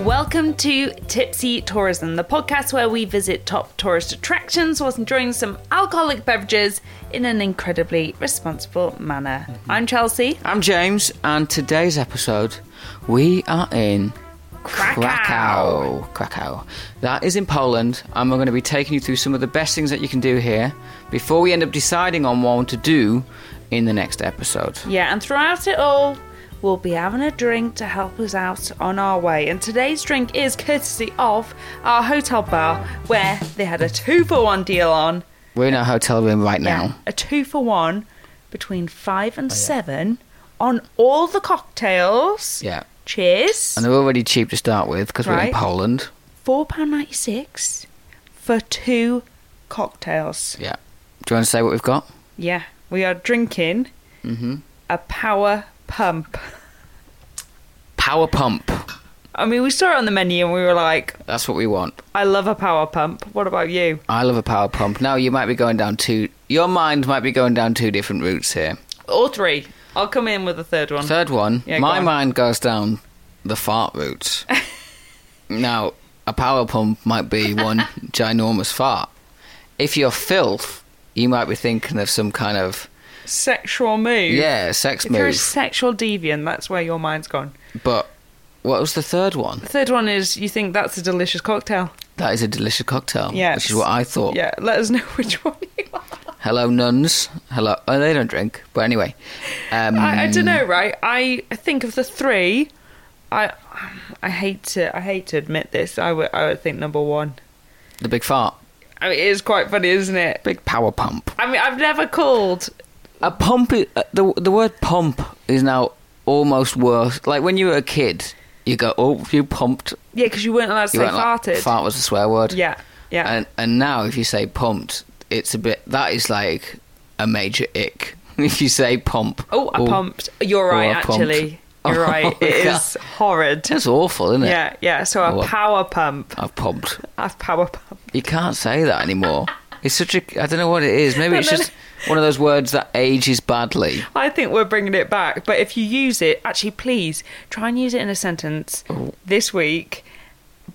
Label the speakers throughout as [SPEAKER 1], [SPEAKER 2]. [SPEAKER 1] Welcome to Tipsy Tourism, the podcast where we visit top tourist attractions whilst enjoying some alcoholic beverages in an incredibly responsible manner.
[SPEAKER 2] Mm-hmm.
[SPEAKER 1] I'm Chelsea.
[SPEAKER 2] I'm James, and today's episode we are in
[SPEAKER 1] Krakow.
[SPEAKER 2] Krakow. Krakow. That is in Poland, and we're going to be taking you through some of the best things that you can do here before we end up deciding on one to do in the next episode.
[SPEAKER 1] Yeah, and throughout it all, we'll be having a drink to help us out on our way. And today's drink is courtesy of our hotel bar where they had a two for one deal on.
[SPEAKER 2] We're in our hotel room right
[SPEAKER 1] Yeah,
[SPEAKER 2] now. Oh,
[SPEAKER 1] a two for one between five and seven on all the cocktails.
[SPEAKER 2] Yeah.
[SPEAKER 1] Cheers.
[SPEAKER 2] And they're already cheap to start with because we're
[SPEAKER 1] Right.
[SPEAKER 2] in Poland.
[SPEAKER 1] four pound ninety six for two cocktails.
[SPEAKER 2] Yeah. Do you want to say what we've got?
[SPEAKER 1] Yeah, we are drinking
[SPEAKER 2] Mm-hmm.
[SPEAKER 1] a power pump.
[SPEAKER 2] Power pump.
[SPEAKER 1] I mean, we saw it on the menu and we were like,
[SPEAKER 2] That's what we want.
[SPEAKER 1] "I love a power pump." What about you?
[SPEAKER 2] I love a power pump. Now you might be going down two. Your mind might be going down two different routes here.
[SPEAKER 1] All three. I'll come in with a third one.
[SPEAKER 2] Third one,
[SPEAKER 1] Um, Yeah, go
[SPEAKER 2] my
[SPEAKER 1] on.
[SPEAKER 2] mind goes down the fart route. now, a power pump might be one ginormous fart. If you're filth, you might be thinking of some kind of
[SPEAKER 1] Sexual move.
[SPEAKER 2] yeah sex
[SPEAKER 1] If
[SPEAKER 2] move.
[SPEAKER 1] you're a sexual deviant, that's where your mind's gone.
[SPEAKER 2] But what was the third one?
[SPEAKER 1] The third one is you think that's a delicious cocktail.
[SPEAKER 2] That is a delicious cocktail.
[SPEAKER 1] Yeah.
[SPEAKER 2] which is what I thought.
[SPEAKER 1] Yeah, let us know which one you are.
[SPEAKER 2] Hello nuns. Hello. Oh, they don't drink. But anyway, um,
[SPEAKER 1] I, I don't know, right? I I think of the three, I I hate to I hate to admit this. I would I would think number one.
[SPEAKER 2] the big fart,
[SPEAKER 1] I mean, it is quite funny, isn't it?
[SPEAKER 2] big power pump.
[SPEAKER 1] I mean, I've never called.
[SPEAKER 2] A pump. i- uh, the the word pump is now almost worse. Like when you were a kid, you go, "Oh, you pumped."
[SPEAKER 1] Yeah, because you weren't allowed to
[SPEAKER 2] You
[SPEAKER 1] say
[SPEAKER 2] weren't like-
[SPEAKER 1] farted.
[SPEAKER 2] fart was a swear word.
[SPEAKER 1] Yeah, yeah.
[SPEAKER 2] And and now if you say pumped, it's a bit. That is like a major ick. If you say pump,
[SPEAKER 1] oh, I pumped. You're
[SPEAKER 2] oh,
[SPEAKER 1] right,
[SPEAKER 2] I pumped. Oh
[SPEAKER 1] actually. You're right. It is
[SPEAKER 2] God.
[SPEAKER 1] horrid.
[SPEAKER 2] That's awful, isn't it?
[SPEAKER 1] Yeah, yeah. So a
[SPEAKER 2] Oh, I-
[SPEAKER 1] power pump.
[SPEAKER 2] I've pumped.
[SPEAKER 1] I've power pump.
[SPEAKER 2] You can't say that anymore. It's such a. I don't know what it is. Maybe it's just one of those words that ages badly.
[SPEAKER 1] I think we're bringing it back. But if you use it, actually, please try and use it in a sentence this week.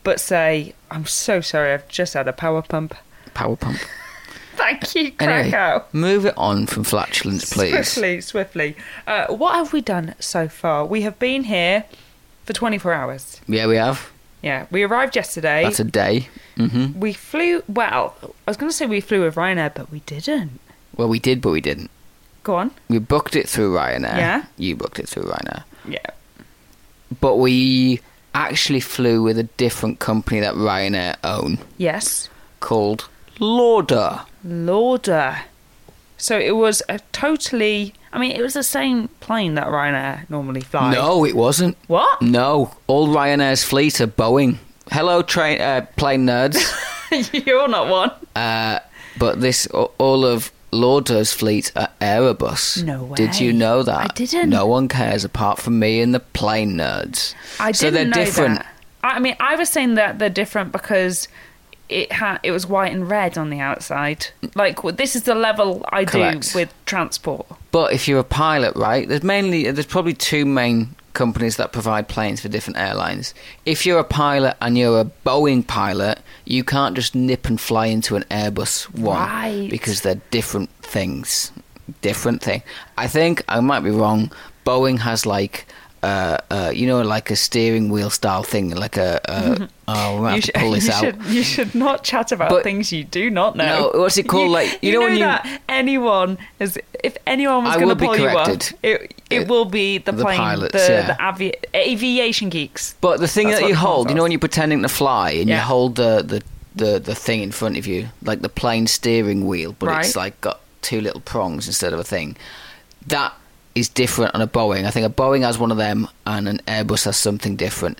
[SPEAKER 1] But say, I'm so sorry. I've just had a power pump.
[SPEAKER 2] Power pump.
[SPEAKER 1] Thank you,
[SPEAKER 2] Anyway,
[SPEAKER 1] Krakow.
[SPEAKER 2] move it on from flatulence, please.
[SPEAKER 1] Swiftly, swiftly. Uh, what have we done so far? We have been here for 24 hours.
[SPEAKER 2] Yeah, we have.
[SPEAKER 1] Yeah, we arrived yesterday.
[SPEAKER 2] That's a day. hmm
[SPEAKER 1] we flew, well, I was going to say we flew with Ryanair, but we didn't.
[SPEAKER 2] Well, we did, but we didn't.
[SPEAKER 1] Go on.
[SPEAKER 2] We booked it through Ryanair.
[SPEAKER 1] Yeah.
[SPEAKER 2] You booked it through Ryanair.
[SPEAKER 1] Yeah.
[SPEAKER 2] But we actually flew with a different company that Ryanair own
[SPEAKER 1] Yes.
[SPEAKER 2] called Lauda.
[SPEAKER 1] Lauder. So it was a totally, I mean, it was the same plane that Ryanair normally flies.
[SPEAKER 2] No, it wasn't.
[SPEAKER 1] What?
[SPEAKER 2] No. All Ryanair's fleet are Boeing. Hello, train uh, plane nerds.
[SPEAKER 1] You're not one.
[SPEAKER 2] uh, but this, a- all of Lauda's fleet are Airbus.
[SPEAKER 1] No
[SPEAKER 2] Did
[SPEAKER 1] way.
[SPEAKER 2] you know that?
[SPEAKER 1] I didn't.
[SPEAKER 2] No one cares apart from me and the plane nerds.
[SPEAKER 1] I didn't
[SPEAKER 2] so they're
[SPEAKER 1] know
[SPEAKER 2] different.
[SPEAKER 1] That. I I mean, I was saying that they're different because it ha- it was white and red on the outside. Like w- this is the level I
[SPEAKER 2] Correct.
[SPEAKER 1] do with transport.
[SPEAKER 2] But if you're a pilot, right, there's mainly there's probably two main companies that provide planes for different airlines. If you're a pilot and you're a Boeing pilot, you can't just nip and fly into an Airbus one
[SPEAKER 1] Right.
[SPEAKER 2] because they're different things. Different thing. I think I might be wrong. Boeing has like uh, uh, you know, like a steering wheel style thing, like a. Uh, oh, we might
[SPEAKER 1] You
[SPEAKER 2] have
[SPEAKER 1] should,
[SPEAKER 2] to pull this
[SPEAKER 1] you,
[SPEAKER 2] out.
[SPEAKER 1] Should, you should not chat about
[SPEAKER 2] But-
[SPEAKER 1] things you do not know.
[SPEAKER 2] No, what's it called, like- you know when you-
[SPEAKER 1] that anyone is if anyone was
[SPEAKER 2] I
[SPEAKER 1] going to
[SPEAKER 2] will be
[SPEAKER 1] pull you up,
[SPEAKER 2] corrected.
[SPEAKER 1] it it
[SPEAKER 2] Uh,
[SPEAKER 1] will be the,
[SPEAKER 2] the
[SPEAKER 1] plane,
[SPEAKER 2] pilots,
[SPEAKER 1] the,
[SPEAKER 2] yeah.
[SPEAKER 1] the avi- aviation geeks.
[SPEAKER 2] But the thing
[SPEAKER 1] That's
[SPEAKER 2] that
[SPEAKER 1] what
[SPEAKER 2] you
[SPEAKER 1] it comes
[SPEAKER 2] hold, you know,
[SPEAKER 1] as.
[SPEAKER 2] when you're pretending to fly and
[SPEAKER 1] Yeah.
[SPEAKER 2] you hold the, the, the, the thing in front of you, like the plane steering wheel, but
[SPEAKER 1] Right.
[SPEAKER 2] it's like got two little prongs instead of a thing. That is different on a Boeing. I think a Boeing has one of them and an Airbus has something different.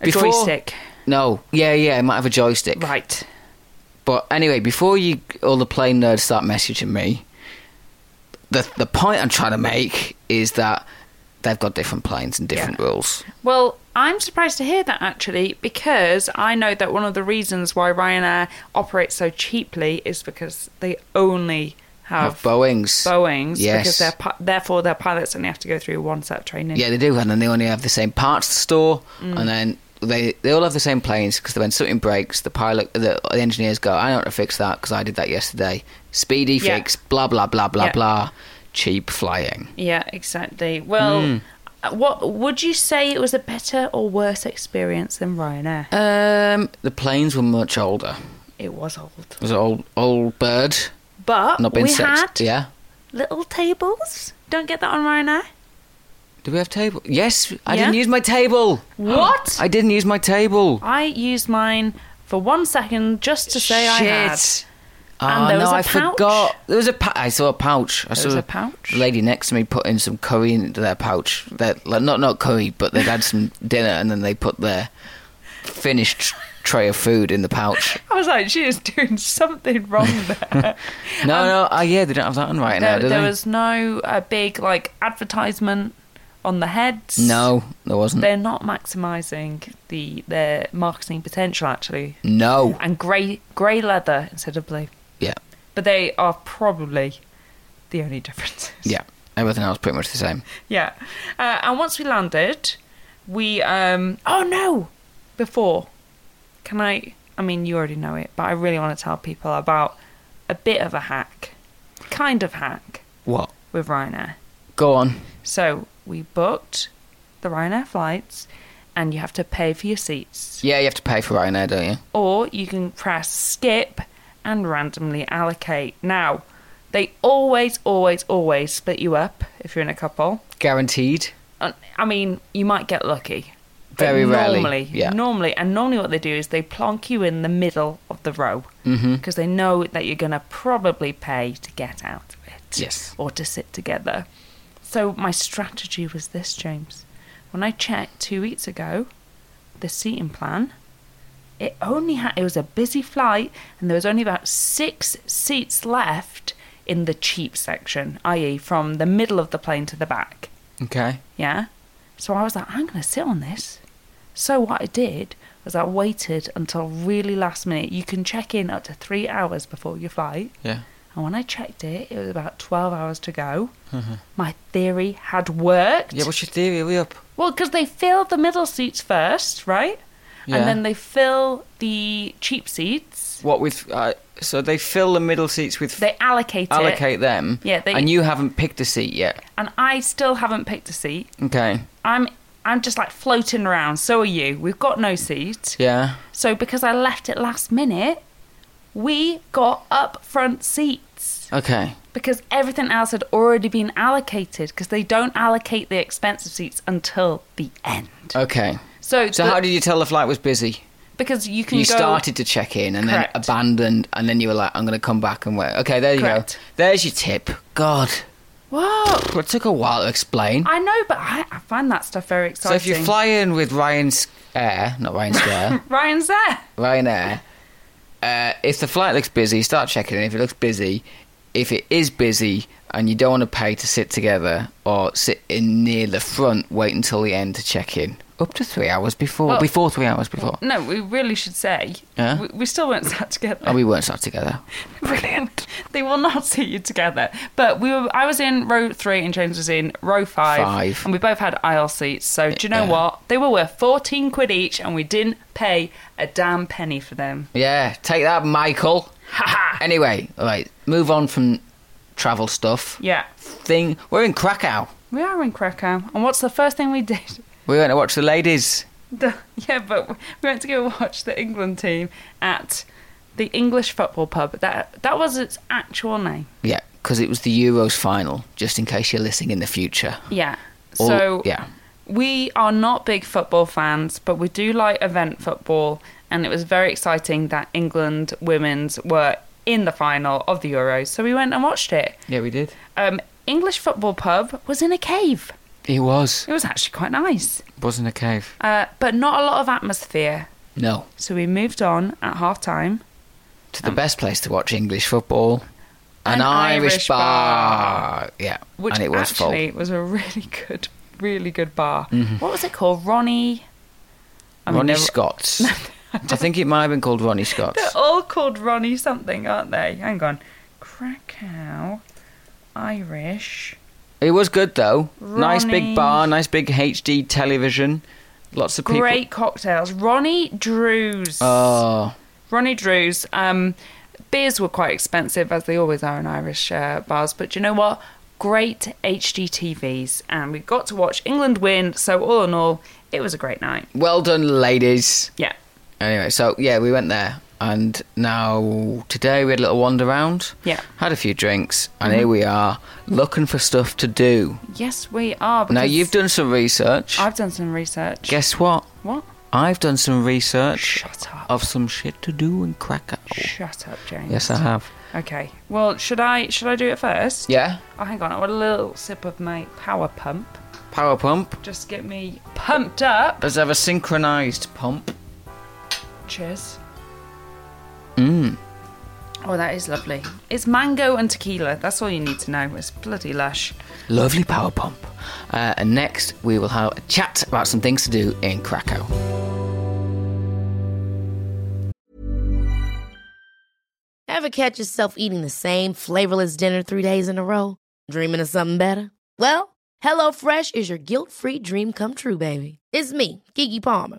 [SPEAKER 1] A joystick.
[SPEAKER 2] No, yeah, yeah, it might have a joystick.
[SPEAKER 1] Right.
[SPEAKER 2] But anyway, before you all the plane nerds start messaging me, the the point I'm trying to make is that they've got different planes and different
[SPEAKER 1] Yeah.
[SPEAKER 2] rules.
[SPEAKER 1] Well, I'm surprised to hear that actually, because I know that one of the reasons why Ryanair operates so cheaply is because they only have,
[SPEAKER 2] Have Boeings.
[SPEAKER 1] Boeings, because
[SPEAKER 2] Yes.
[SPEAKER 1] their pi- therefore their pilots only have to go through one set of training.
[SPEAKER 2] Yeah, they do, and then they only have the same parts to store,
[SPEAKER 1] Mm.
[SPEAKER 2] and then they they all have the same planes because when something breaks, the pilot, the, the engineers go, "I know how to fix that because I did that yesterday." Speedy
[SPEAKER 1] Yeah.
[SPEAKER 2] fix, blah blah blah blah
[SPEAKER 1] Yeah.
[SPEAKER 2] blah. Cheap flying.
[SPEAKER 1] Yeah, exactly. Well,
[SPEAKER 2] Hmm.
[SPEAKER 1] uh, what would you say it was a better or worse experience than Ryanair?
[SPEAKER 2] Um, the planes were much older.
[SPEAKER 1] It was old,
[SPEAKER 2] It was an old old bird,
[SPEAKER 1] but
[SPEAKER 2] not been
[SPEAKER 1] we had
[SPEAKER 2] sexed. Yeah.
[SPEAKER 1] little tables. Don't get that on Ryanair.
[SPEAKER 2] Do we have table? Yes, I
[SPEAKER 1] Yeah.
[SPEAKER 2] didn't use my table.
[SPEAKER 1] What?
[SPEAKER 2] I didn't use my table.
[SPEAKER 1] I used mine for one second just to say I had.
[SPEAKER 2] Shit.
[SPEAKER 1] And
[SPEAKER 2] oh,
[SPEAKER 1] there was
[SPEAKER 2] no,
[SPEAKER 1] a
[SPEAKER 2] I
[SPEAKER 1] pouch.
[SPEAKER 2] forgot. There was a. Pa- I saw a pouch. I
[SPEAKER 1] There
[SPEAKER 2] saw
[SPEAKER 1] was a pouch.
[SPEAKER 2] The lady next to me put in some curry into their pouch. Their, like not not curry, but they'd had some dinner and then they put their finished tray of food in the pouch.
[SPEAKER 1] I was like, she is doing something wrong there.
[SPEAKER 2] No, no. Oh, yeah, they don't have that on right now,
[SPEAKER 1] there
[SPEAKER 2] do
[SPEAKER 1] there
[SPEAKER 2] they?
[SPEAKER 1] was no uh, big like advertisement on the heads.
[SPEAKER 2] no, there wasn't.
[SPEAKER 1] They're not maximising the their marketing potential actually.
[SPEAKER 2] no.
[SPEAKER 1] and grey grey leather instead of blue.
[SPEAKER 2] Yeah,
[SPEAKER 1] But they are probably the only differences.
[SPEAKER 2] yeah. Everything else pretty much the same.
[SPEAKER 1] Yeah. Uh, and once we landed, we um oh no, before can I I mean you already know it, but I really want to tell people about a bit of a hack, kind of hack
[SPEAKER 2] What?
[SPEAKER 1] with Ryanair.
[SPEAKER 2] Go on.
[SPEAKER 1] So we booked the Ryanair flights, and you have to pay for your seats.
[SPEAKER 2] Yeah, you have to pay for Ryanair, don't you?
[SPEAKER 1] or you can press skip and randomly allocate. Now, they always, always, always split you up if you're in a couple.
[SPEAKER 2] Guaranteed.
[SPEAKER 1] And, I mean, you might get lucky. but
[SPEAKER 2] Very rarely,
[SPEAKER 1] Normally,
[SPEAKER 2] yeah.
[SPEAKER 1] normally, and normally what they do is they plonk you in the middle of the row because
[SPEAKER 2] Mm-hmm.
[SPEAKER 1] they know that you're going to probably pay to get out of it
[SPEAKER 2] Yes.
[SPEAKER 1] or to sit together. So my strategy was this, James. When I checked two weeks ago, the seating plan, it only had it was a busy flight and there was only about six seats left in the cheap section, i.e., from the middle of the plane to the back.
[SPEAKER 2] Okay.
[SPEAKER 1] Yeah. So I was like, I'm going to sit on this. So what I did was I waited until really last minute. You can check in up to three hours before your flight.
[SPEAKER 2] Yeah.
[SPEAKER 1] And when I checked it, it was about 12 hours to go. My theory had worked.
[SPEAKER 2] Mm-hmm. Yeah, what's your theory? Are we up?
[SPEAKER 1] Well, because they fill the middle seats first, right?
[SPEAKER 2] Yeah.
[SPEAKER 1] And then they fill the cheap seats.
[SPEAKER 2] What with? Uh, so they fill the middle seats with.
[SPEAKER 1] They allocate it.
[SPEAKER 2] allocate them.
[SPEAKER 1] Yeah, they-
[SPEAKER 2] and you haven't picked a seat yet.
[SPEAKER 1] And I still haven't picked a seat.
[SPEAKER 2] Okay.
[SPEAKER 1] I'm I'm just like floating around. So are you. We've got no seat.
[SPEAKER 2] Yeah.
[SPEAKER 1] So because I left it last minute, we got up front seats.
[SPEAKER 2] Okay.
[SPEAKER 1] because everything else had already been allocated because they don't allocate the expensive seats until the end.
[SPEAKER 2] Okay.
[SPEAKER 1] So,
[SPEAKER 2] Oh. So
[SPEAKER 1] the-
[SPEAKER 2] how did you tell the flight was busy?
[SPEAKER 1] because you can
[SPEAKER 2] You
[SPEAKER 1] go,
[SPEAKER 2] started to check in and
[SPEAKER 1] Correct.
[SPEAKER 2] then abandoned, and then you were like, "I'm going to come back and wait." Okay, there you
[SPEAKER 1] Correct.
[SPEAKER 2] go. There's your tip. God,
[SPEAKER 1] Whoa!
[SPEAKER 2] it took a while to explain.
[SPEAKER 1] I know, but I, I find that stuff very
[SPEAKER 2] so
[SPEAKER 1] exciting.
[SPEAKER 2] if you're flying with Ryan's Air, not Ryan's Air,
[SPEAKER 1] Ryan's there.
[SPEAKER 2] Ryanair, uh, if the flight looks busy, start checking in. If it looks busy, if it is busy and you don't want to pay to sit together or sit in near the front, wait until the end to check in. Up to three hours before.
[SPEAKER 1] Well-
[SPEAKER 2] before three hours before.
[SPEAKER 1] No, we really should say
[SPEAKER 2] Yeah?
[SPEAKER 1] we, we still weren't sat together.
[SPEAKER 2] Oh, we weren't sat together.
[SPEAKER 1] Brilliant. they will not see you together. But we were. I was in row three, and James was in row five,
[SPEAKER 2] Five.
[SPEAKER 1] and we both had aisle seats. So do you know
[SPEAKER 2] Yeah.
[SPEAKER 1] what? They were worth fourteen quid each, and we didn't pay a damn penny for them.
[SPEAKER 2] Yeah, take that, Michael.
[SPEAKER 1] ha.
[SPEAKER 2] Anyway, all right, move on from travel stuff.
[SPEAKER 1] Yeah.
[SPEAKER 2] Thing, we're in Krakow.
[SPEAKER 1] We are in Krakow. And what's the first thing we did?
[SPEAKER 2] We went to watch the ladies.
[SPEAKER 1] The- yeah, but we went to go watch the England team at the English football pub. That that was its actual name.
[SPEAKER 2] Yeah, because it was the Euros final, just in case you're listening in the future.
[SPEAKER 1] Yeah.
[SPEAKER 2] All-
[SPEAKER 1] so
[SPEAKER 2] yeah.
[SPEAKER 1] we are not big football fans, but we do like event football, and it was very exciting that England women's were in the final of the Euros. So we went and watched it.
[SPEAKER 2] Yeah, we did.
[SPEAKER 1] Um, English football pub was in a cave.
[SPEAKER 2] It was.
[SPEAKER 1] It was actually quite nice,
[SPEAKER 2] wasn't a cave.
[SPEAKER 1] uh, but not a lot of atmosphere.
[SPEAKER 2] No.
[SPEAKER 1] So we moved on at half time.
[SPEAKER 2] To the best place to watch English football. An,
[SPEAKER 1] An
[SPEAKER 2] Irish,
[SPEAKER 1] Irish
[SPEAKER 2] bar. Yeah.
[SPEAKER 1] which
[SPEAKER 2] and it was full. Mm-hmm.
[SPEAKER 1] actually was a really good, really good bar. What was it called? Ronnie. I mean,
[SPEAKER 2] Ronnie
[SPEAKER 1] they're-
[SPEAKER 2] Scott's. I think it might have been called Ronnie Scott's.
[SPEAKER 1] They're all called Ronnie something, aren't they? Hang on, Krakow, Irish.
[SPEAKER 2] It was good though. Nice
[SPEAKER 1] Ronnie.
[SPEAKER 2] big bar, nice big HD television. Lots of people.
[SPEAKER 1] Great cocktails. Ronnie Drews.
[SPEAKER 2] Oh,
[SPEAKER 1] Ronnie Drews. Um, beers were quite expensive, as they always are in Irish uh, bars. But do you know what? Great HD TVs, and we got to watch England win. So all in all, it was a great night.
[SPEAKER 2] well done, ladies.
[SPEAKER 1] Yeah.
[SPEAKER 2] Anyway, so yeah, we went there, and now today we had a little wander around.
[SPEAKER 1] Yeah. Mm-hmm.
[SPEAKER 2] had a few drinks, and here we are looking for stuff to do.
[SPEAKER 1] Yes, we are.
[SPEAKER 2] Now
[SPEAKER 1] because
[SPEAKER 2] you've done some research.
[SPEAKER 1] I've done some research.
[SPEAKER 2] Guess what?
[SPEAKER 1] What?
[SPEAKER 2] I've done some research
[SPEAKER 1] Shut up.
[SPEAKER 2] of some shit to do in Krakow.
[SPEAKER 1] Shut up, James.
[SPEAKER 2] Yes, I have.
[SPEAKER 1] Okay. Well, should I should I do it first?
[SPEAKER 2] Yeah,
[SPEAKER 1] Oh, hang on. I want a little sip of my power pump.
[SPEAKER 2] power pump.
[SPEAKER 1] Just get me pumped up.
[SPEAKER 2] Let's have a synchronized pump.
[SPEAKER 1] Cheers.
[SPEAKER 2] Mmm.
[SPEAKER 1] Oh, that is lovely. It's mango and tequila. That's all you need to know. It's bloody lush.
[SPEAKER 2] lovely power pump. Uh, and next, we will have a chat about some things to do in Krakow.
[SPEAKER 3] Ever catch yourself eating the same flavorless dinner three days in a row? Dreaming of something better? Well, HelloFresh is your guilt free dream come true, baby. It's me, Gigi Palmer.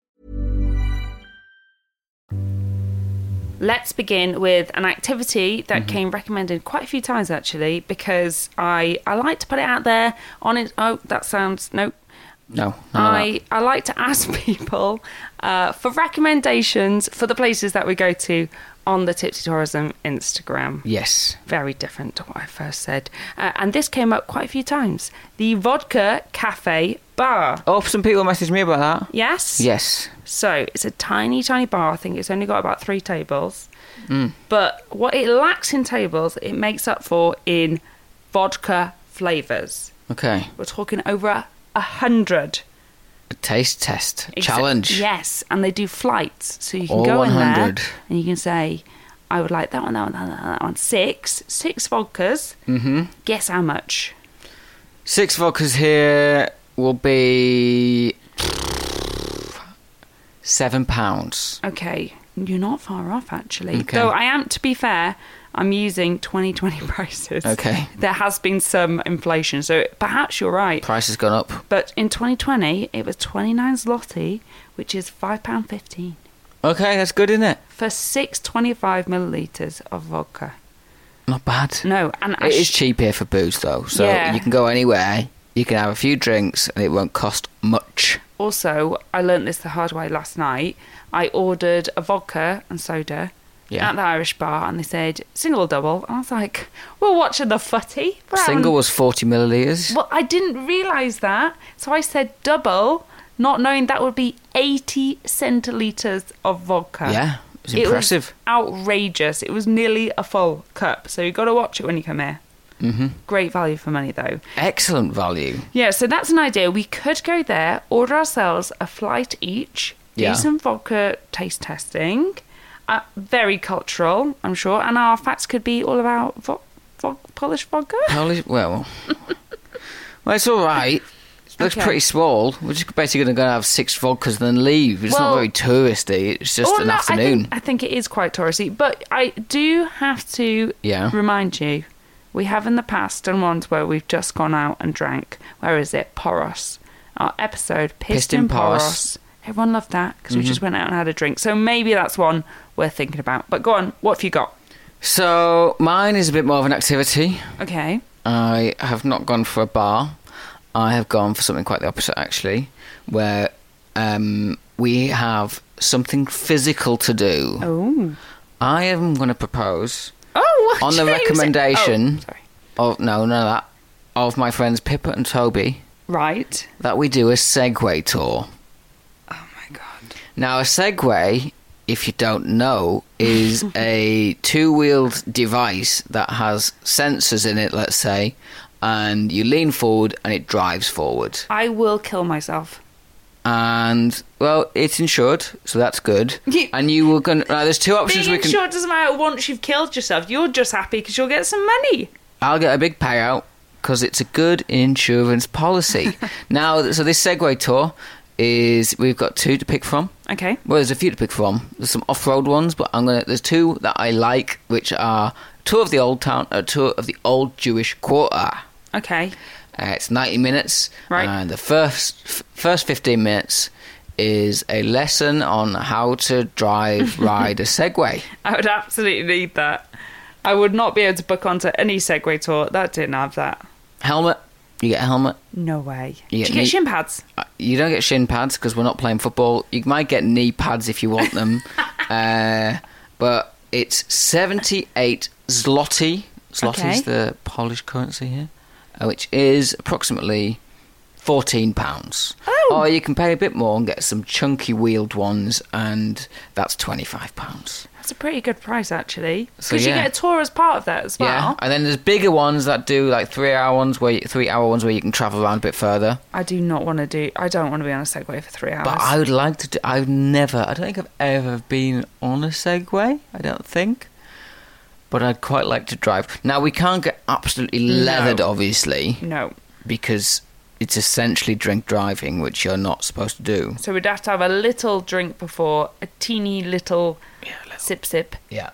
[SPEAKER 1] Let's begin with an activity that came recommended quite a few times actually because I I like to put it out there on it. Oh, that sounds nope.
[SPEAKER 2] No, none of that.
[SPEAKER 1] I, I like to ask people uh, for recommendations for the places that we go to on the Tipsy Tourism Instagram.
[SPEAKER 2] Yes.
[SPEAKER 1] Very different to what I first said. Uh, and this came up quite a few times. The Vodka Cafe Bar.
[SPEAKER 2] Oh, some people messaged me about that.
[SPEAKER 1] Yes?
[SPEAKER 2] Yes.
[SPEAKER 1] So it's a tiny, tiny bar. I think it's only got about three tables.
[SPEAKER 2] Mm.
[SPEAKER 1] But what it lacks in tables, it makes up for in vodka flavours.
[SPEAKER 2] Okay.
[SPEAKER 1] We're talking over a hundred.
[SPEAKER 2] A taste test
[SPEAKER 1] Exa-
[SPEAKER 2] challenge.
[SPEAKER 1] Yes, and they do flights, so you can
[SPEAKER 2] All
[SPEAKER 1] go in there
[SPEAKER 2] 100.
[SPEAKER 1] and you can say, I would like that one, that one, that one, that one. Six, six vodkas.
[SPEAKER 2] Mm-hmm.
[SPEAKER 1] Guess how much?
[SPEAKER 2] Six vodkas here will be seven pounds.
[SPEAKER 1] Okay, you're not far off actually.
[SPEAKER 2] Okay.
[SPEAKER 1] Though I am, to be fair, I'm using 2020 prices.
[SPEAKER 2] Okay.
[SPEAKER 1] There has been some inflation, so perhaps you're right.
[SPEAKER 2] Price has gone up.
[SPEAKER 1] But in 2020, it was 29 zloty, which is five pound fifteen
[SPEAKER 2] Okay, that's good, isn't it?
[SPEAKER 1] for six 25 milliliters of vodka.
[SPEAKER 2] Not bad.
[SPEAKER 1] No, and I
[SPEAKER 2] It is
[SPEAKER 1] sh-
[SPEAKER 2] cheap here for booze, though, so
[SPEAKER 1] Yeah.
[SPEAKER 2] you can go anywhere. You can have a few drinks, and it won't cost much.
[SPEAKER 1] Also, I learnt this the hard way last night. I ordered a vodka and soda
[SPEAKER 2] Yeah.
[SPEAKER 1] at the Irish bar, and they said single or double. And I was like, "We're watching the footy." but I
[SPEAKER 2] Single
[SPEAKER 1] haven't-
[SPEAKER 2] was forty milliliters.
[SPEAKER 1] Well, I didn't realise that, so I said double, not knowing that would be eighty centiliters of vodka.
[SPEAKER 2] Yeah, it was
[SPEAKER 1] It was
[SPEAKER 2] impressive.
[SPEAKER 1] outrageous. It was nearly a full cup, so you got to watch it when you come here. Mm-hmm. Great value for money, though.
[SPEAKER 2] Excellent value.
[SPEAKER 1] Yeah, so that's an idea. We could go there, order ourselves a flight each,
[SPEAKER 2] Yeah.
[SPEAKER 1] do some vodka taste testing. Uh, very cultural, I'm sure. And our facts could be all about vo- vo- Polish vodka.
[SPEAKER 2] Polish, well, well, it's all right. It looks
[SPEAKER 1] Okay.
[SPEAKER 2] pretty small. We're just basically going to go and have six vodkas and then leave. It's not
[SPEAKER 1] Well-
[SPEAKER 2] very touristy. It's just
[SPEAKER 1] Or
[SPEAKER 2] an
[SPEAKER 1] Oh, no, I
[SPEAKER 2] afternoon.
[SPEAKER 1] think, I think it is quite touristy, but I do have to
[SPEAKER 2] Yeah.
[SPEAKER 1] remind you we have in the past done ones where we've just gone out and drank. Where is it? Poros. Our episode, Pissed
[SPEAKER 2] Pissed in
[SPEAKER 1] in
[SPEAKER 2] Poros. Mm-hmm.
[SPEAKER 1] Poros. Everyone loved that because we just went out and had a drink. So maybe that's one we're thinking about. But go on, what have you got?
[SPEAKER 2] So mine is a bit more of an activity.
[SPEAKER 1] Okay.
[SPEAKER 2] I have not gone for a bar. I have gone for something quite the opposite, actually, where um, we have something physical to do.
[SPEAKER 1] Oh.
[SPEAKER 2] I am going to propose
[SPEAKER 1] Oh,
[SPEAKER 2] on the
[SPEAKER 1] James-
[SPEAKER 2] recommendation
[SPEAKER 1] Oh, sorry.
[SPEAKER 2] of no, none of that of my friends Pippa and Toby
[SPEAKER 1] Right.
[SPEAKER 2] that we do a Segway tour.
[SPEAKER 1] Oh my God.
[SPEAKER 2] Now, a Segway, if you don't know, is a two wheeled device that has sensors in it, let's say, and you lean forward and it drives forward.
[SPEAKER 1] I will kill myself.
[SPEAKER 2] And, well, it's insured, so that's good.
[SPEAKER 1] You-
[SPEAKER 2] and you were going to. Now, there's two options
[SPEAKER 1] Being
[SPEAKER 2] Oh, we can.
[SPEAKER 1] insured doesn't matter once you've killed yourself. You're just happy because you'll get some money.
[SPEAKER 2] I'll get a big payout because it's a good insurance policy. now, so this Segway tour is. We've got two to pick from.
[SPEAKER 1] Okay.
[SPEAKER 2] Well, there's a few to pick from. There's some off-road ones, but I'm gonna. There's two that I like, which are tour of the old town, a tour of the old Jewish quarter.
[SPEAKER 1] Okay.
[SPEAKER 2] Uh, it's 90 minutes,
[SPEAKER 1] Right.
[SPEAKER 2] And the first f- first 15 minutes is a lesson on how to drive, ride a Segway.
[SPEAKER 1] I would absolutely need that. I would not be able to book onto any Segway tour that didn't have that.
[SPEAKER 2] Helmet. You get a helmet.
[SPEAKER 1] No way. Did
[SPEAKER 2] You get
[SPEAKER 1] you get
[SPEAKER 2] me-
[SPEAKER 1] shin pads?
[SPEAKER 2] Uh, You don't get shin pads because we're not playing football. You might get knee pads if you want them, uh, but it's seventy-eight zloty. Zloty
[SPEAKER 1] Okay.
[SPEAKER 2] is the Polish currency here, uh, which is approximately fourteen pounds.
[SPEAKER 1] Oh.
[SPEAKER 2] Or you can pay a bit more and get some chunky wheeled ones, and that's twenty-five pounds.
[SPEAKER 1] That's a pretty good price, actually. Because
[SPEAKER 2] So,
[SPEAKER 1] you
[SPEAKER 2] yeah.
[SPEAKER 1] get a tour as part of that as well.
[SPEAKER 2] and then there's bigger ones that do like three-hour ones where three-hour ones where you can travel around a bit further.
[SPEAKER 1] I do not want to do. I don't want to be on a Segway for three hours.
[SPEAKER 2] But I would like to do. I've never. I don't think I've ever been on a Segway. I don't think. But I'd quite like to drive. Now we can't get absolutely leathered, obviously,
[SPEAKER 1] no.
[SPEAKER 2] because it's essentially drink driving, which you're not supposed to do.
[SPEAKER 1] So we'd have to have a little drink before, a teeny little, sip sip
[SPEAKER 2] Yeah.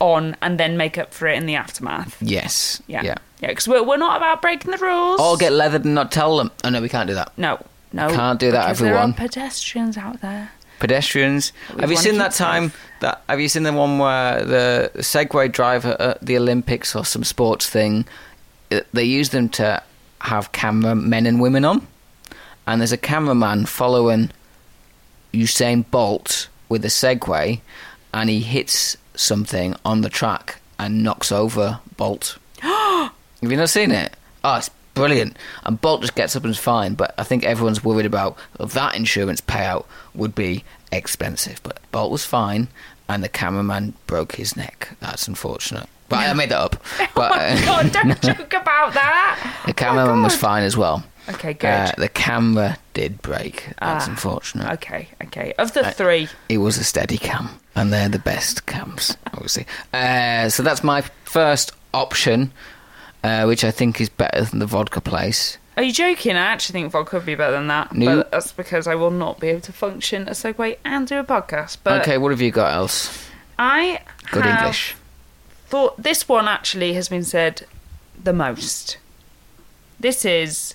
[SPEAKER 1] on, and then make up for it in the aftermath.
[SPEAKER 2] Yes.
[SPEAKER 1] Yeah.
[SPEAKER 2] Yeah.
[SPEAKER 1] Yeah, because we're, we're not about breaking the rules.
[SPEAKER 2] Or get leathered and not tell them. Oh no, we can't do that.
[SPEAKER 1] No. No.
[SPEAKER 2] Can't do that,
[SPEAKER 1] because
[SPEAKER 2] everyone.
[SPEAKER 1] There are pedestrians out there.
[SPEAKER 2] Pedestrians.
[SPEAKER 1] We
[SPEAKER 2] have you
[SPEAKER 1] wanna
[SPEAKER 2] seen
[SPEAKER 1] keep
[SPEAKER 2] that time? That have you seen the one where the Segway driver at the Olympics or some sports thing? uh, They use them to have camera men and women on, and there's a cameraman following Usain Bolt with a Segway, and he hits something on the track and knocks over Bolt. Have you not seen it? Oh, it's brilliant. And Bolt just gets up and's fine, but I think everyone's worried about that insurance payout would be expensive. But Bolt was fine, and the cameraman broke his neck. That's unfortunate. But I made that up. But uh,
[SPEAKER 1] Oh God, don't joke about that. Oh
[SPEAKER 2] the cameraman was
[SPEAKER 1] God.
[SPEAKER 2] fine as well.
[SPEAKER 1] Okay, good. Ah,
[SPEAKER 2] Uh, the camera did break. That's unfortunate. Uh,
[SPEAKER 1] Okay, okay. Of the three,
[SPEAKER 2] It was a steady cam. and they're the best camps, obviously. Uh, so that's my first option, uh, which I think is better than the vodka place.
[SPEAKER 1] Are you joking? I actually think vodka would be better than that.
[SPEAKER 2] No.
[SPEAKER 1] But that's because I will not be able to function a Segway and do a podcast. But
[SPEAKER 2] okay, what have you got else?
[SPEAKER 1] I
[SPEAKER 2] Good
[SPEAKER 1] have
[SPEAKER 2] English.
[SPEAKER 1] thought this one actually has been said the most. This is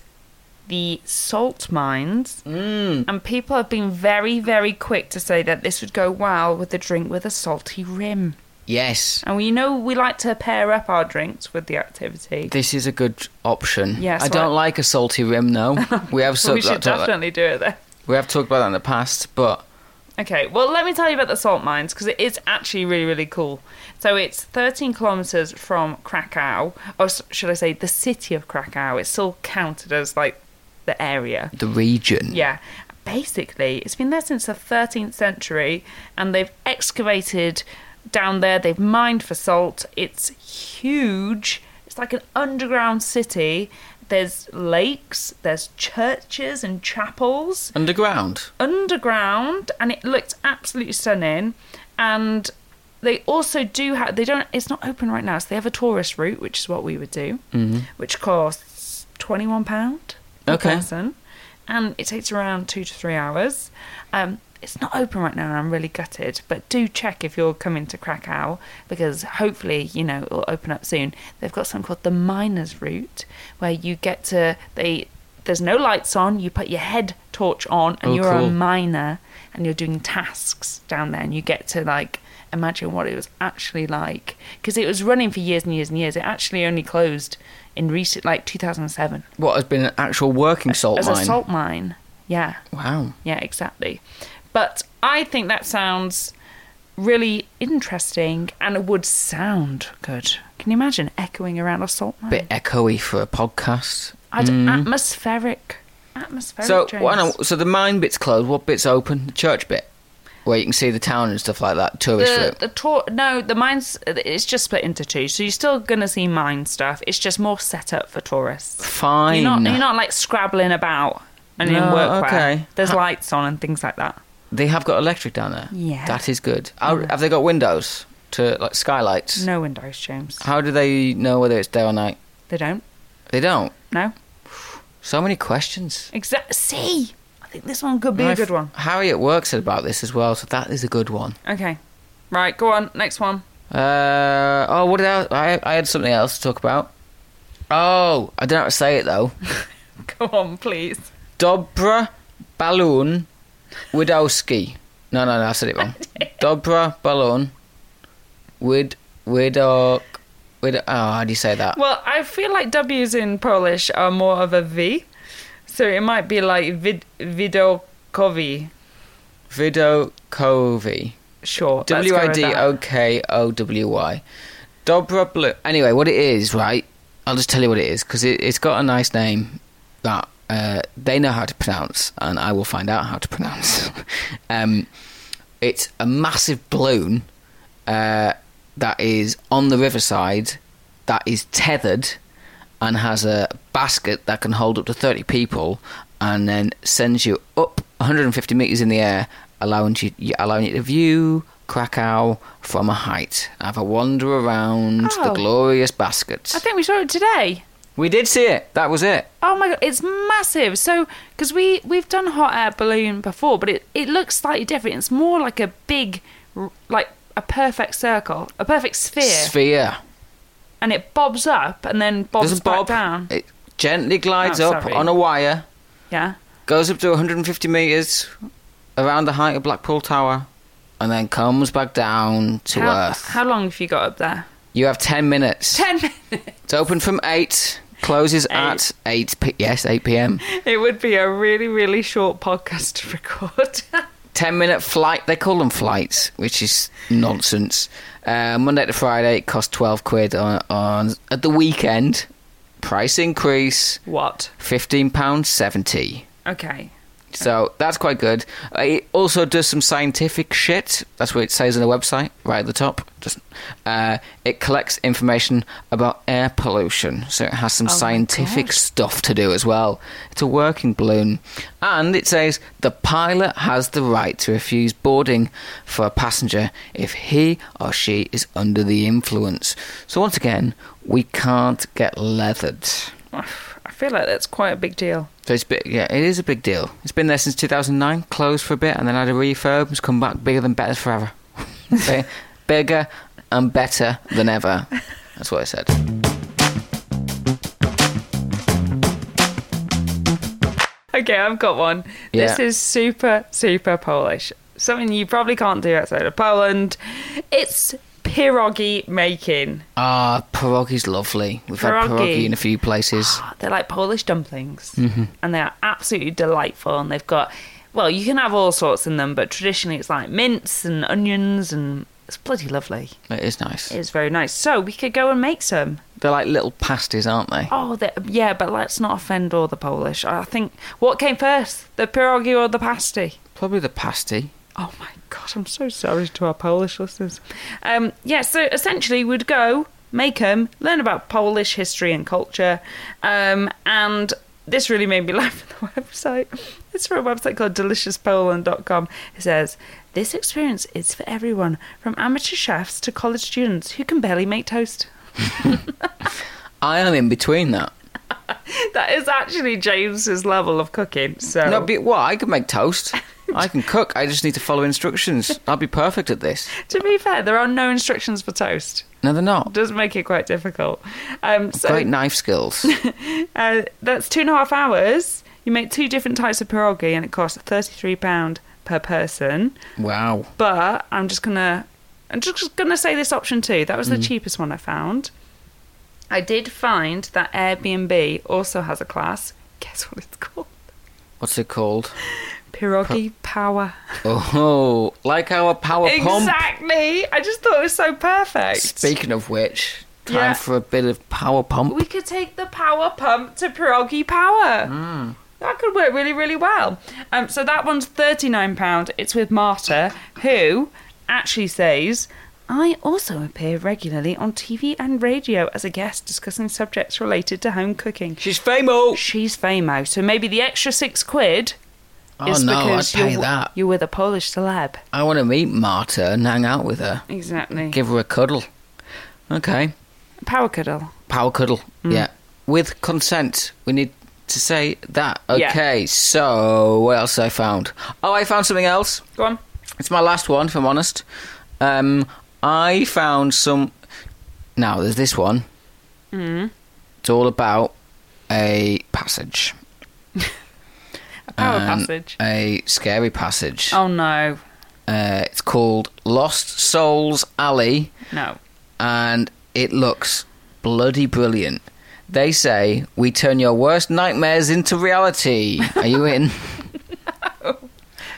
[SPEAKER 1] the salt mines, mm. and people have been very, very quick to say that this would go well with a drink with a salty rim.
[SPEAKER 2] Yes.
[SPEAKER 1] And we know we like to pair up our drinks with the activity.
[SPEAKER 2] This is a good option.
[SPEAKER 1] Yeah, so
[SPEAKER 2] I don't
[SPEAKER 1] I-
[SPEAKER 2] like a salty rim, though. We have so-
[SPEAKER 1] we should
[SPEAKER 2] talked about that.
[SPEAKER 1] definitely do it then.
[SPEAKER 2] we have talked about that in the past, but
[SPEAKER 1] Okay, well, let me tell you about the salt mines because it is actually really, really cool. So it's 13 kilometers from Krakow, or s- should I say, the city of Krakow. It's still counted as like the area.
[SPEAKER 2] the region.
[SPEAKER 1] Yeah, basically, it's been there since the 13th century, and they've excavated down there. They've mined for salt. It's huge. It's like an underground city. There's lakes. There's churches and chapels
[SPEAKER 2] Underground.
[SPEAKER 1] underground and it looked absolutely stunning and they also do have they don't it's not open right now so they have a tourist route which is what we would do which costs 21 pound per
[SPEAKER 2] Okay.
[SPEAKER 1] person and it takes around 2 to 3 hours um it's not open right now and I'm really gutted but do check if you're coming to Krakow because hopefully you know it'll open up soon they've got something called the miners route where you get to they there's no lights on you put your head torch on and
[SPEAKER 2] Oh,
[SPEAKER 1] you're
[SPEAKER 2] cool.
[SPEAKER 1] a miner and you're doing tasks down there and you get to like imagine what it was actually like because it was running for years and years and years it actually only closed in recent like 2007
[SPEAKER 2] What has been an actual working salt
[SPEAKER 1] as
[SPEAKER 2] mine?
[SPEAKER 1] a salt mine yeah
[SPEAKER 2] Wow.
[SPEAKER 1] yeah exactly but i think that sounds really interesting and it would sound good can you imagine echoing around a salt mine
[SPEAKER 2] Bit echoey for a podcast.
[SPEAKER 1] I'd atmospheric atmospheric
[SPEAKER 2] so,
[SPEAKER 1] James.
[SPEAKER 2] well, no, so the mine bit's closed. What bit's open? The church bit, where you can see the town and stuff like that. Tourist
[SPEAKER 1] the,
[SPEAKER 2] route.
[SPEAKER 1] the tour no the mines it's just split into two so you're still gonna see mine stuff it's just more set up for tourists
[SPEAKER 2] Fine.
[SPEAKER 1] you're not you're not like scrabbling about and in
[SPEAKER 2] No,
[SPEAKER 1] workwear
[SPEAKER 2] okay.
[SPEAKER 1] there's
[SPEAKER 2] Ha-
[SPEAKER 1] lights on and things like that
[SPEAKER 2] They have got electric down there.
[SPEAKER 1] Yeah.
[SPEAKER 2] That is good. How, Have they got windows to like skylights?
[SPEAKER 1] no windows James
[SPEAKER 2] How do they know whether it's day or night?
[SPEAKER 1] they don't
[SPEAKER 2] They don't.
[SPEAKER 1] no
[SPEAKER 2] So many questions.
[SPEAKER 1] exact see I think this one could be
[SPEAKER 2] My
[SPEAKER 1] a
[SPEAKER 2] f-
[SPEAKER 1] good one
[SPEAKER 2] Harriet works about this as well, so that is a good one.
[SPEAKER 1] okay right go on next one
[SPEAKER 2] Uh, oh, what did I, I? I had something else to talk about. Oh, I don't know how to say it though.
[SPEAKER 1] go on please
[SPEAKER 2] Dobra Balloon Widowski. No, no, no, I said it wrong. Dobra Balloon Wid Widok Wid. Oh, how do you say that?
[SPEAKER 1] well I feel like W's in Polish are more of a V so it might be like vid widokowi
[SPEAKER 2] Widokowy.
[SPEAKER 1] Sure. let's
[SPEAKER 2] W
[SPEAKER 1] go
[SPEAKER 2] i
[SPEAKER 1] with
[SPEAKER 2] d
[SPEAKER 1] that.
[SPEAKER 2] o k E. o w y. Dobra Blue. Anyway, what it is, right? I'll just tell you what it is because it, it's got a nice name that uh, they know how to pronounce, and I will find out how to pronounce. um, it's a massive balloon uh, that is on the riverside, that is tethered, and has a basket that can hold up to 30 people, and then sends you up 150 meters in the air, allowing you you- allowing you to view Krakow from a height. Have a wander around the
[SPEAKER 1] Oh.
[SPEAKER 2] glorious baskets.
[SPEAKER 1] I think we saw it today.
[SPEAKER 2] we did see it. That was it.
[SPEAKER 1] Oh my god, it's massive. So, because we we've done hot air balloon before, but it it looks slightly different. It's more like a big, r- like a perfect circle, a perfect sphere,
[SPEAKER 2] Sphere.
[SPEAKER 1] and it bobs up and then bobs
[SPEAKER 2] Doesn't bob.
[SPEAKER 1] back down.
[SPEAKER 2] It gently glides
[SPEAKER 1] Oh,
[SPEAKER 2] up
[SPEAKER 1] sorry.
[SPEAKER 2] on a wire.
[SPEAKER 1] Yeah.
[SPEAKER 2] goes up to 150 metres around the height of Blackpool Tower and then comes back down to
[SPEAKER 1] How,
[SPEAKER 2] Earth.
[SPEAKER 1] how long have you got up there?
[SPEAKER 2] you have 10 minutes.
[SPEAKER 1] Ten. minutes.
[SPEAKER 2] It's open from 8, closes at 8 p- yes, 8 p.m.
[SPEAKER 1] it would be a really really short podcast to record.
[SPEAKER 2] 10 minute flight. They call them flights, which is nonsense. Uh, Monday to Friday it costs 12 quid on, on at the weekend. Price increase
[SPEAKER 1] what?
[SPEAKER 2] 15 pounds 70.
[SPEAKER 1] Okay.
[SPEAKER 2] So that's quite good. Uh, It also does some scientific shit. That's what it says on the website, right at the top. Just, uh, it collects information about air pollution, so it has some scientific stuff to do as well. It's a working balloon, and it says the pilot has the right to refuse boarding for a passenger if he or she is under the influence. So once again, we can't get leathered.
[SPEAKER 1] I feel like that's quite a big deal.
[SPEAKER 2] So it's big, yeah, it is a big deal. It's been there since 2009, closed for a bit, and then had a refurb. It's come back bigger than better forever. Bi- bigger and better than ever. That's what I said.
[SPEAKER 1] Okay, I've got one. This
[SPEAKER 2] Yeah.
[SPEAKER 1] is super, super Polish. Something you probably can't do outside of Poland. It's pierogi making.
[SPEAKER 2] Ah, pierogi's lovely. We've had
[SPEAKER 1] Pierogi.
[SPEAKER 2] pierogi in a few places.
[SPEAKER 1] They're like Polish dumplings, and they are absolutely delightful. And they've got, well, you can have all sorts in them, but traditionally it's like mince and onions, and it's bloody lovely.
[SPEAKER 2] It is nice.
[SPEAKER 1] It's very nice. So we could go and make some.
[SPEAKER 2] They're like little pasties, aren't they?
[SPEAKER 1] Oh, the, yeah, but let's not offend all the Polish. I think what came first, the pierogi or the pasty?
[SPEAKER 2] Probably the pasty.
[SPEAKER 1] Oh my god, I'm so sorry to our Polish listeners. Um, yeah, so essentially we'd go, make them, learn about Polish history and culture, um, and this really made me laugh at the website. It's from a website called deliciouspoland.com. It says, This experience is for everyone, from amateur chefs to college students who can barely make toast.
[SPEAKER 2] I am in between that.
[SPEAKER 1] That is actually James's level of cooking. So
[SPEAKER 2] No, but what? I could make toast. I can cook. I just need to follow instructions. I'll be perfect at this.
[SPEAKER 1] to be fair, there are no instructions for toast.
[SPEAKER 2] No, they're not.
[SPEAKER 1] Does make it quite difficult. Um, so
[SPEAKER 2] Great knife skills.
[SPEAKER 1] Uh, that's two and a half hours. You make two different types of pierogi, and it costs thirty-three pound per person.
[SPEAKER 2] wow.
[SPEAKER 1] But I'm just gonna, I'm just gonna say this option too. That was the cheapest one I found. I did find that Airbnb also has a class. Guess what it's called?
[SPEAKER 2] What's it called?
[SPEAKER 1] Pierogi Power.
[SPEAKER 2] Oh, like our power pump.
[SPEAKER 1] Exactly. I just thought it was so perfect.
[SPEAKER 2] Speaking of which, time
[SPEAKER 1] Yeah.
[SPEAKER 2] for a bit of power pump.
[SPEAKER 1] we could take the power pump to pierogi power.
[SPEAKER 2] Mm.
[SPEAKER 1] That could work really, really well. Um, so that one's £39. It's with Marta, who actually says, I also appear regularly on TV and radio as a guest discussing subjects related to home cooking.
[SPEAKER 2] She's famous.
[SPEAKER 1] She's famous, so maybe the extra six quid
[SPEAKER 2] Oh
[SPEAKER 1] is
[SPEAKER 2] no, I'd
[SPEAKER 1] because
[SPEAKER 2] pay
[SPEAKER 1] you're,
[SPEAKER 2] that.
[SPEAKER 1] you're with a Polish celeb.
[SPEAKER 2] I want to meet Marta and hang out with her,
[SPEAKER 1] Exactly.
[SPEAKER 2] give her a cuddle. Okay,
[SPEAKER 1] power cuddle.
[SPEAKER 2] power cuddle.
[SPEAKER 1] Mm.
[SPEAKER 2] Yeah, with consent. We need to say that.
[SPEAKER 1] Yeah.
[SPEAKER 2] Okay, so what else I found? Oh, I found something else.
[SPEAKER 1] Go on.
[SPEAKER 2] It's my last one, if I'm honest. Um, I found some. Now there's this one. Mm.
[SPEAKER 1] Mm-hmm.
[SPEAKER 2] It's all about a passage,
[SPEAKER 1] Oh, A power
[SPEAKER 2] Um,
[SPEAKER 1] passage.
[SPEAKER 2] a scary passage.
[SPEAKER 1] Oh, no.
[SPEAKER 2] Uh, it's called Lost Souls Alley,
[SPEAKER 1] No.
[SPEAKER 2] and it looks bloody brilliant. They say we turn your worst nightmares into reality. Are you in?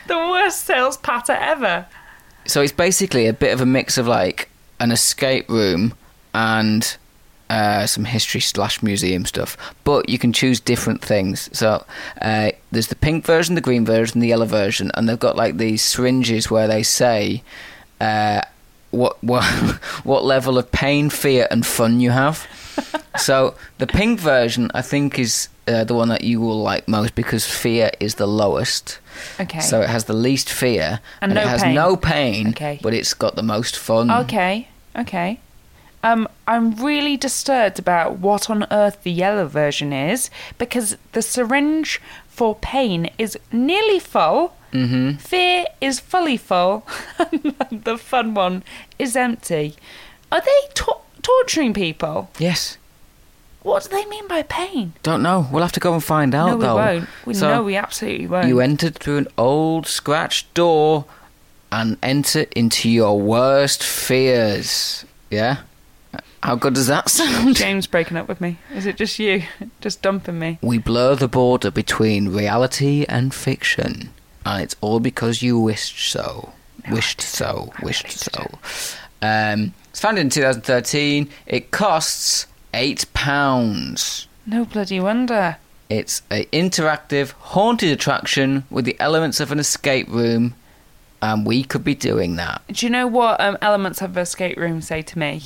[SPEAKER 1] The worst sales patter ever.
[SPEAKER 2] so it's basically a bit of a mix of like an escape room and uh, some history slash museum stuff, but you can choose different things. So uh, there's the pink version, the green version, the yellow version, and they've got like these syringes where they say uh, what what what level of pain, fear, and fun you have. so the pink version, I think, is uh, the one that you will like most because fear is the lowest.
[SPEAKER 1] Okay.
[SPEAKER 2] So it has the least fear
[SPEAKER 1] And
[SPEAKER 2] it
[SPEAKER 1] no
[SPEAKER 2] has
[SPEAKER 1] pain.
[SPEAKER 2] no pain,
[SPEAKER 1] Okay.
[SPEAKER 2] but it's got the most fun.
[SPEAKER 1] Okay, okay. Um, I'm really disturbed about what on earth the yellow version is because the syringe for pain is nearly full, mm-hmm. fear is fully full, and the fun one is empty. Are they to- torturing people?
[SPEAKER 2] Yes.
[SPEAKER 1] What do they mean by pain?
[SPEAKER 2] Don't know. We'll have to go and find out
[SPEAKER 1] no, we
[SPEAKER 2] though.
[SPEAKER 1] won't. We
[SPEAKER 2] Oh, So
[SPEAKER 1] know we absolutely won't.
[SPEAKER 2] You entered through an old scratched door and enter into your worst fears. Yeah? How good does that sound?
[SPEAKER 1] James breaking up with me. Is it just you? Just dumping me?
[SPEAKER 2] We blur the border between reality and fiction, and it's all because you wished so. wished so. wished so. Um, it's founded in 2013. It costs £8.
[SPEAKER 1] No bloody wonder.
[SPEAKER 2] It's a interactive haunted attraction with the elements of an escape room, and we could be doing that.
[SPEAKER 1] Do you know what um, elements of escape room say to me?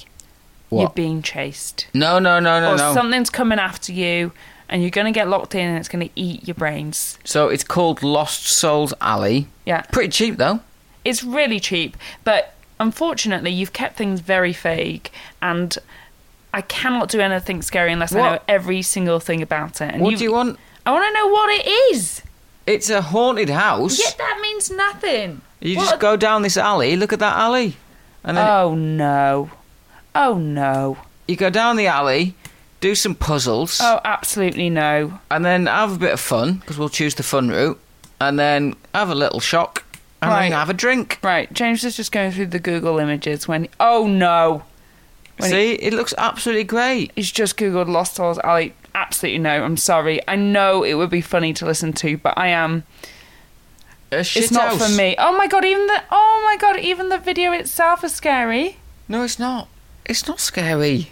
[SPEAKER 1] You're
[SPEAKER 2] What?
[SPEAKER 1] being chased.
[SPEAKER 2] no, no, no, no,
[SPEAKER 1] or
[SPEAKER 2] no.
[SPEAKER 1] something's coming after you and you're going to get locked in and it's going to eat your brains.
[SPEAKER 2] so it's called Lost Souls Alley.
[SPEAKER 1] Yeah.
[SPEAKER 2] Pretty cheap though.
[SPEAKER 1] It's really cheap, but unfortunately, you've kept things very vague and. I cannot do anything scary unless I
[SPEAKER 2] What?
[SPEAKER 1] know every single thing about it. And
[SPEAKER 2] What
[SPEAKER 1] you've-
[SPEAKER 2] do you want?
[SPEAKER 1] I want to know what it is.
[SPEAKER 2] It's a haunted house.
[SPEAKER 1] Yeah, that means nothing.
[SPEAKER 2] You
[SPEAKER 1] What
[SPEAKER 2] just
[SPEAKER 1] a-
[SPEAKER 2] go down this alley. Look at that alley, and then
[SPEAKER 1] Oh no! Oh no!
[SPEAKER 2] you go down the alley, do some puzzles,
[SPEAKER 1] Oh, absolutely no!
[SPEAKER 2] and then have a bit of fun because we'll choose the fun route, and then have a little shock, and
[SPEAKER 1] Right.
[SPEAKER 2] then have a drink.
[SPEAKER 1] Right, James is just going through the Google images when. Oh no! When
[SPEAKER 2] See, it looks absolutely great.
[SPEAKER 1] He's just googled Lost Souls Alley. Absolutely no. I'm sorry. I know it would be funny to listen to, but I am.
[SPEAKER 2] A shit
[SPEAKER 1] it's not for
[SPEAKER 2] house.
[SPEAKER 1] me. Oh my god! Even the oh my god! Even the video itself is scary.
[SPEAKER 2] No, it's not. It's not scary.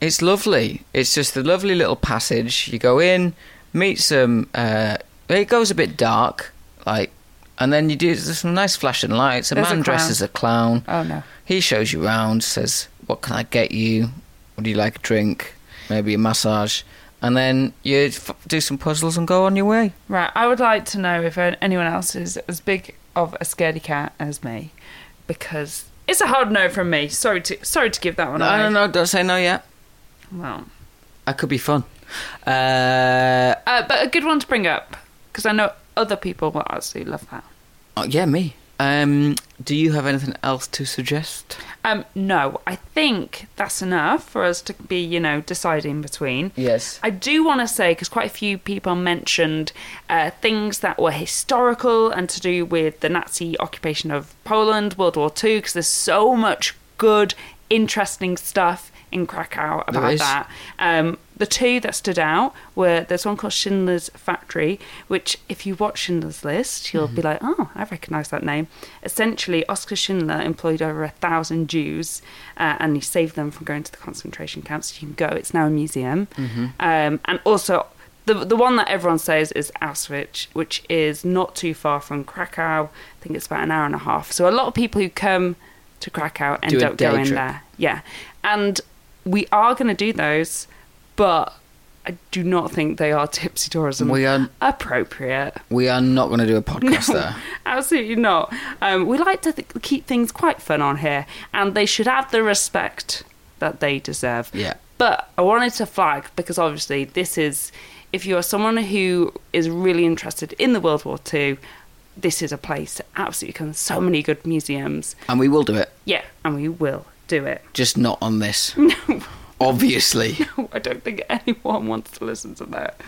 [SPEAKER 2] It's lovely. It's just a lovely little passage. You go in, meet some. Uh, it goes a bit dark, like, and then you do there's some nice flashing lights. A
[SPEAKER 1] There's a
[SPEAKER 2] man
[SPEAKER 1] clown.
[SPEAKER 2] dresses as a clown.
[SPEAKER 1] Oh no!
[SPEAKER 2] He shows you round, says, "What can I get you? Would you like a drink? Maybe a massage?" And then you f- do some puzzles and go on your way.
[SPEAKER 1] Right, I would like to know if anyone else is as big of a scaredy cat as me, because it's a hard no from me. Sorry to sorry to give that one.
[SPEAKER 2] No,
[SPEAKER 1] away.
[SPEAKER 2] no, no! Don't say no yet.
[SPEAKER 1] Well,
[SPEAKER 2] I could be fun. Uh,
[SPEAKER 1] uh, but a good one to bring up because I know other people will absolutely love that.
[SPEAKER 2] oh, yeah, me. Um, do you have anything else to suggest?
[SPEAKER 1] Um, no, I think that's enough for us to be, you know, deciding between.
[SPEAKER 2] Yes.
[SPEAKER 1] I do want to say, because quite a few people mentioned uh, things that were historical and to do with the Nazi occupation of Poland, World War II, because there's so much good, interesting stuff in Krakow about
[SPEAKER 2] is.
[SPEAKER 1] that. Um, the two that stood out were there's one called Schindler's Factory, which, if you watch Schindler's List, you'll be
[SPEAKER 2] Mm-hmm.
[SPEAKER 1] like, oh, I recognise that name. Essentially, Oscar Schindler employed over a thousand Jews uh, and he saved them from going to the concentration camps. You can go, it's now a museum.
[SPEAKER 2] Mm-hmm.
[SPEAKER 1] Um, and also, the, the one that everyone says is Auschwitz, which is not too far from Krakow. I think it's about an hour and a half. So, a lot of people who come to Krakow end
[SPEAKER 2] Do a
[SPEAKER 1] up going
[SPEAKER 2] day trip.
[SPEAKER 1] there. Yeah. And we are going to do those, but I do not think they are tipsy tourism
[SPEAKER 2] We are-
[SPEAKER 1] appropriate.
[SPEAKER 2] We are not going to do a podcast there.
[SPEAKER 1] Absolutely not. Um, we like to th- keep things quite fun on here, and they should have the respect that they deserve.
[SPEAKER 2] Yeah.
[SPEAKER 1] But I wanted to flag because obviously this is, if you are someone who is really interested in the World War II, this is a place to absolutely come. So many good museums.
[SPEAKER 2] And we will do it,
[SPEAKER 1] Yeah, and we will do it.
[SPEAKER 2] just not on this. No. Obviously.
[SPEAKER 1] I don't think anyone wants to listen to that.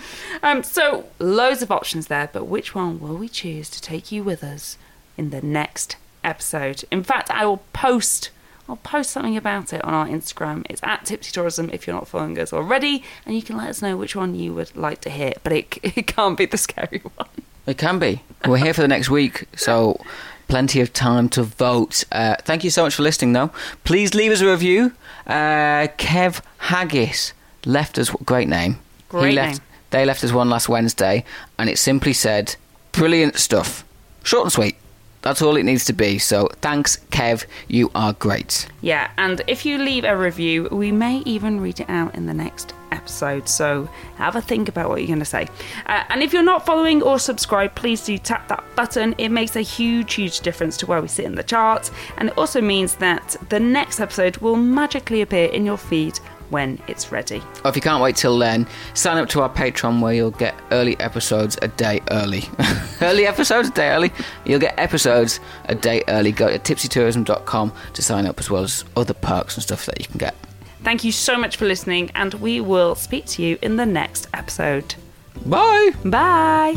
[SPEAKER 1] Um, so, loads of options there, but which one will we choose to take you with us in the next episode? In fact, I will post. I'll post something about it on our Instagram. It's at Tipsy Tourism if you're not following us already, and you can let us know which one you would like to hear. But it, it can't be the scary one.
[SPEAKER 2] It can be. We're here for the next week, so plenty of time to vote. Uh, thank you so much for listening, though. Please leave us a review. Uh, Kev Haggis left us great name.
[SPEAKER 1] Great
[SPEAKER 2] left,
[SPEAKER 1] name.
[SPEAKER 2] They left us one last Wednesday, and it simply said, "Brilliant stuff, short and sweet." That's all it needs to be. So thanks, Kev. You are great.
[SPEAKER 1] Yeah, and if you leave a review, we may even read it out in the next episode. So have a think about what you're going to say. Uh, and if you're not following or subscribed, please do tap that button. It makes a huge, huge difference to where we sit in the charts. And it also means that the next episode will magically appear in your feed when it's ready.
[SPEAKER 2] Oh, if you can't wait till then, sign up to our Patreon where you'll get early episodes a day early. early episodes a day early. You'll get episodes a day early. Go to tipsytourism.com to sign up as well as other perks and stuff that you can get.
[SPEAKER 1] Thank you so much for listening, and we will speak to you in the next episode.
[SPEAKER 2] Bye!
[SPEAKER 1] Bye.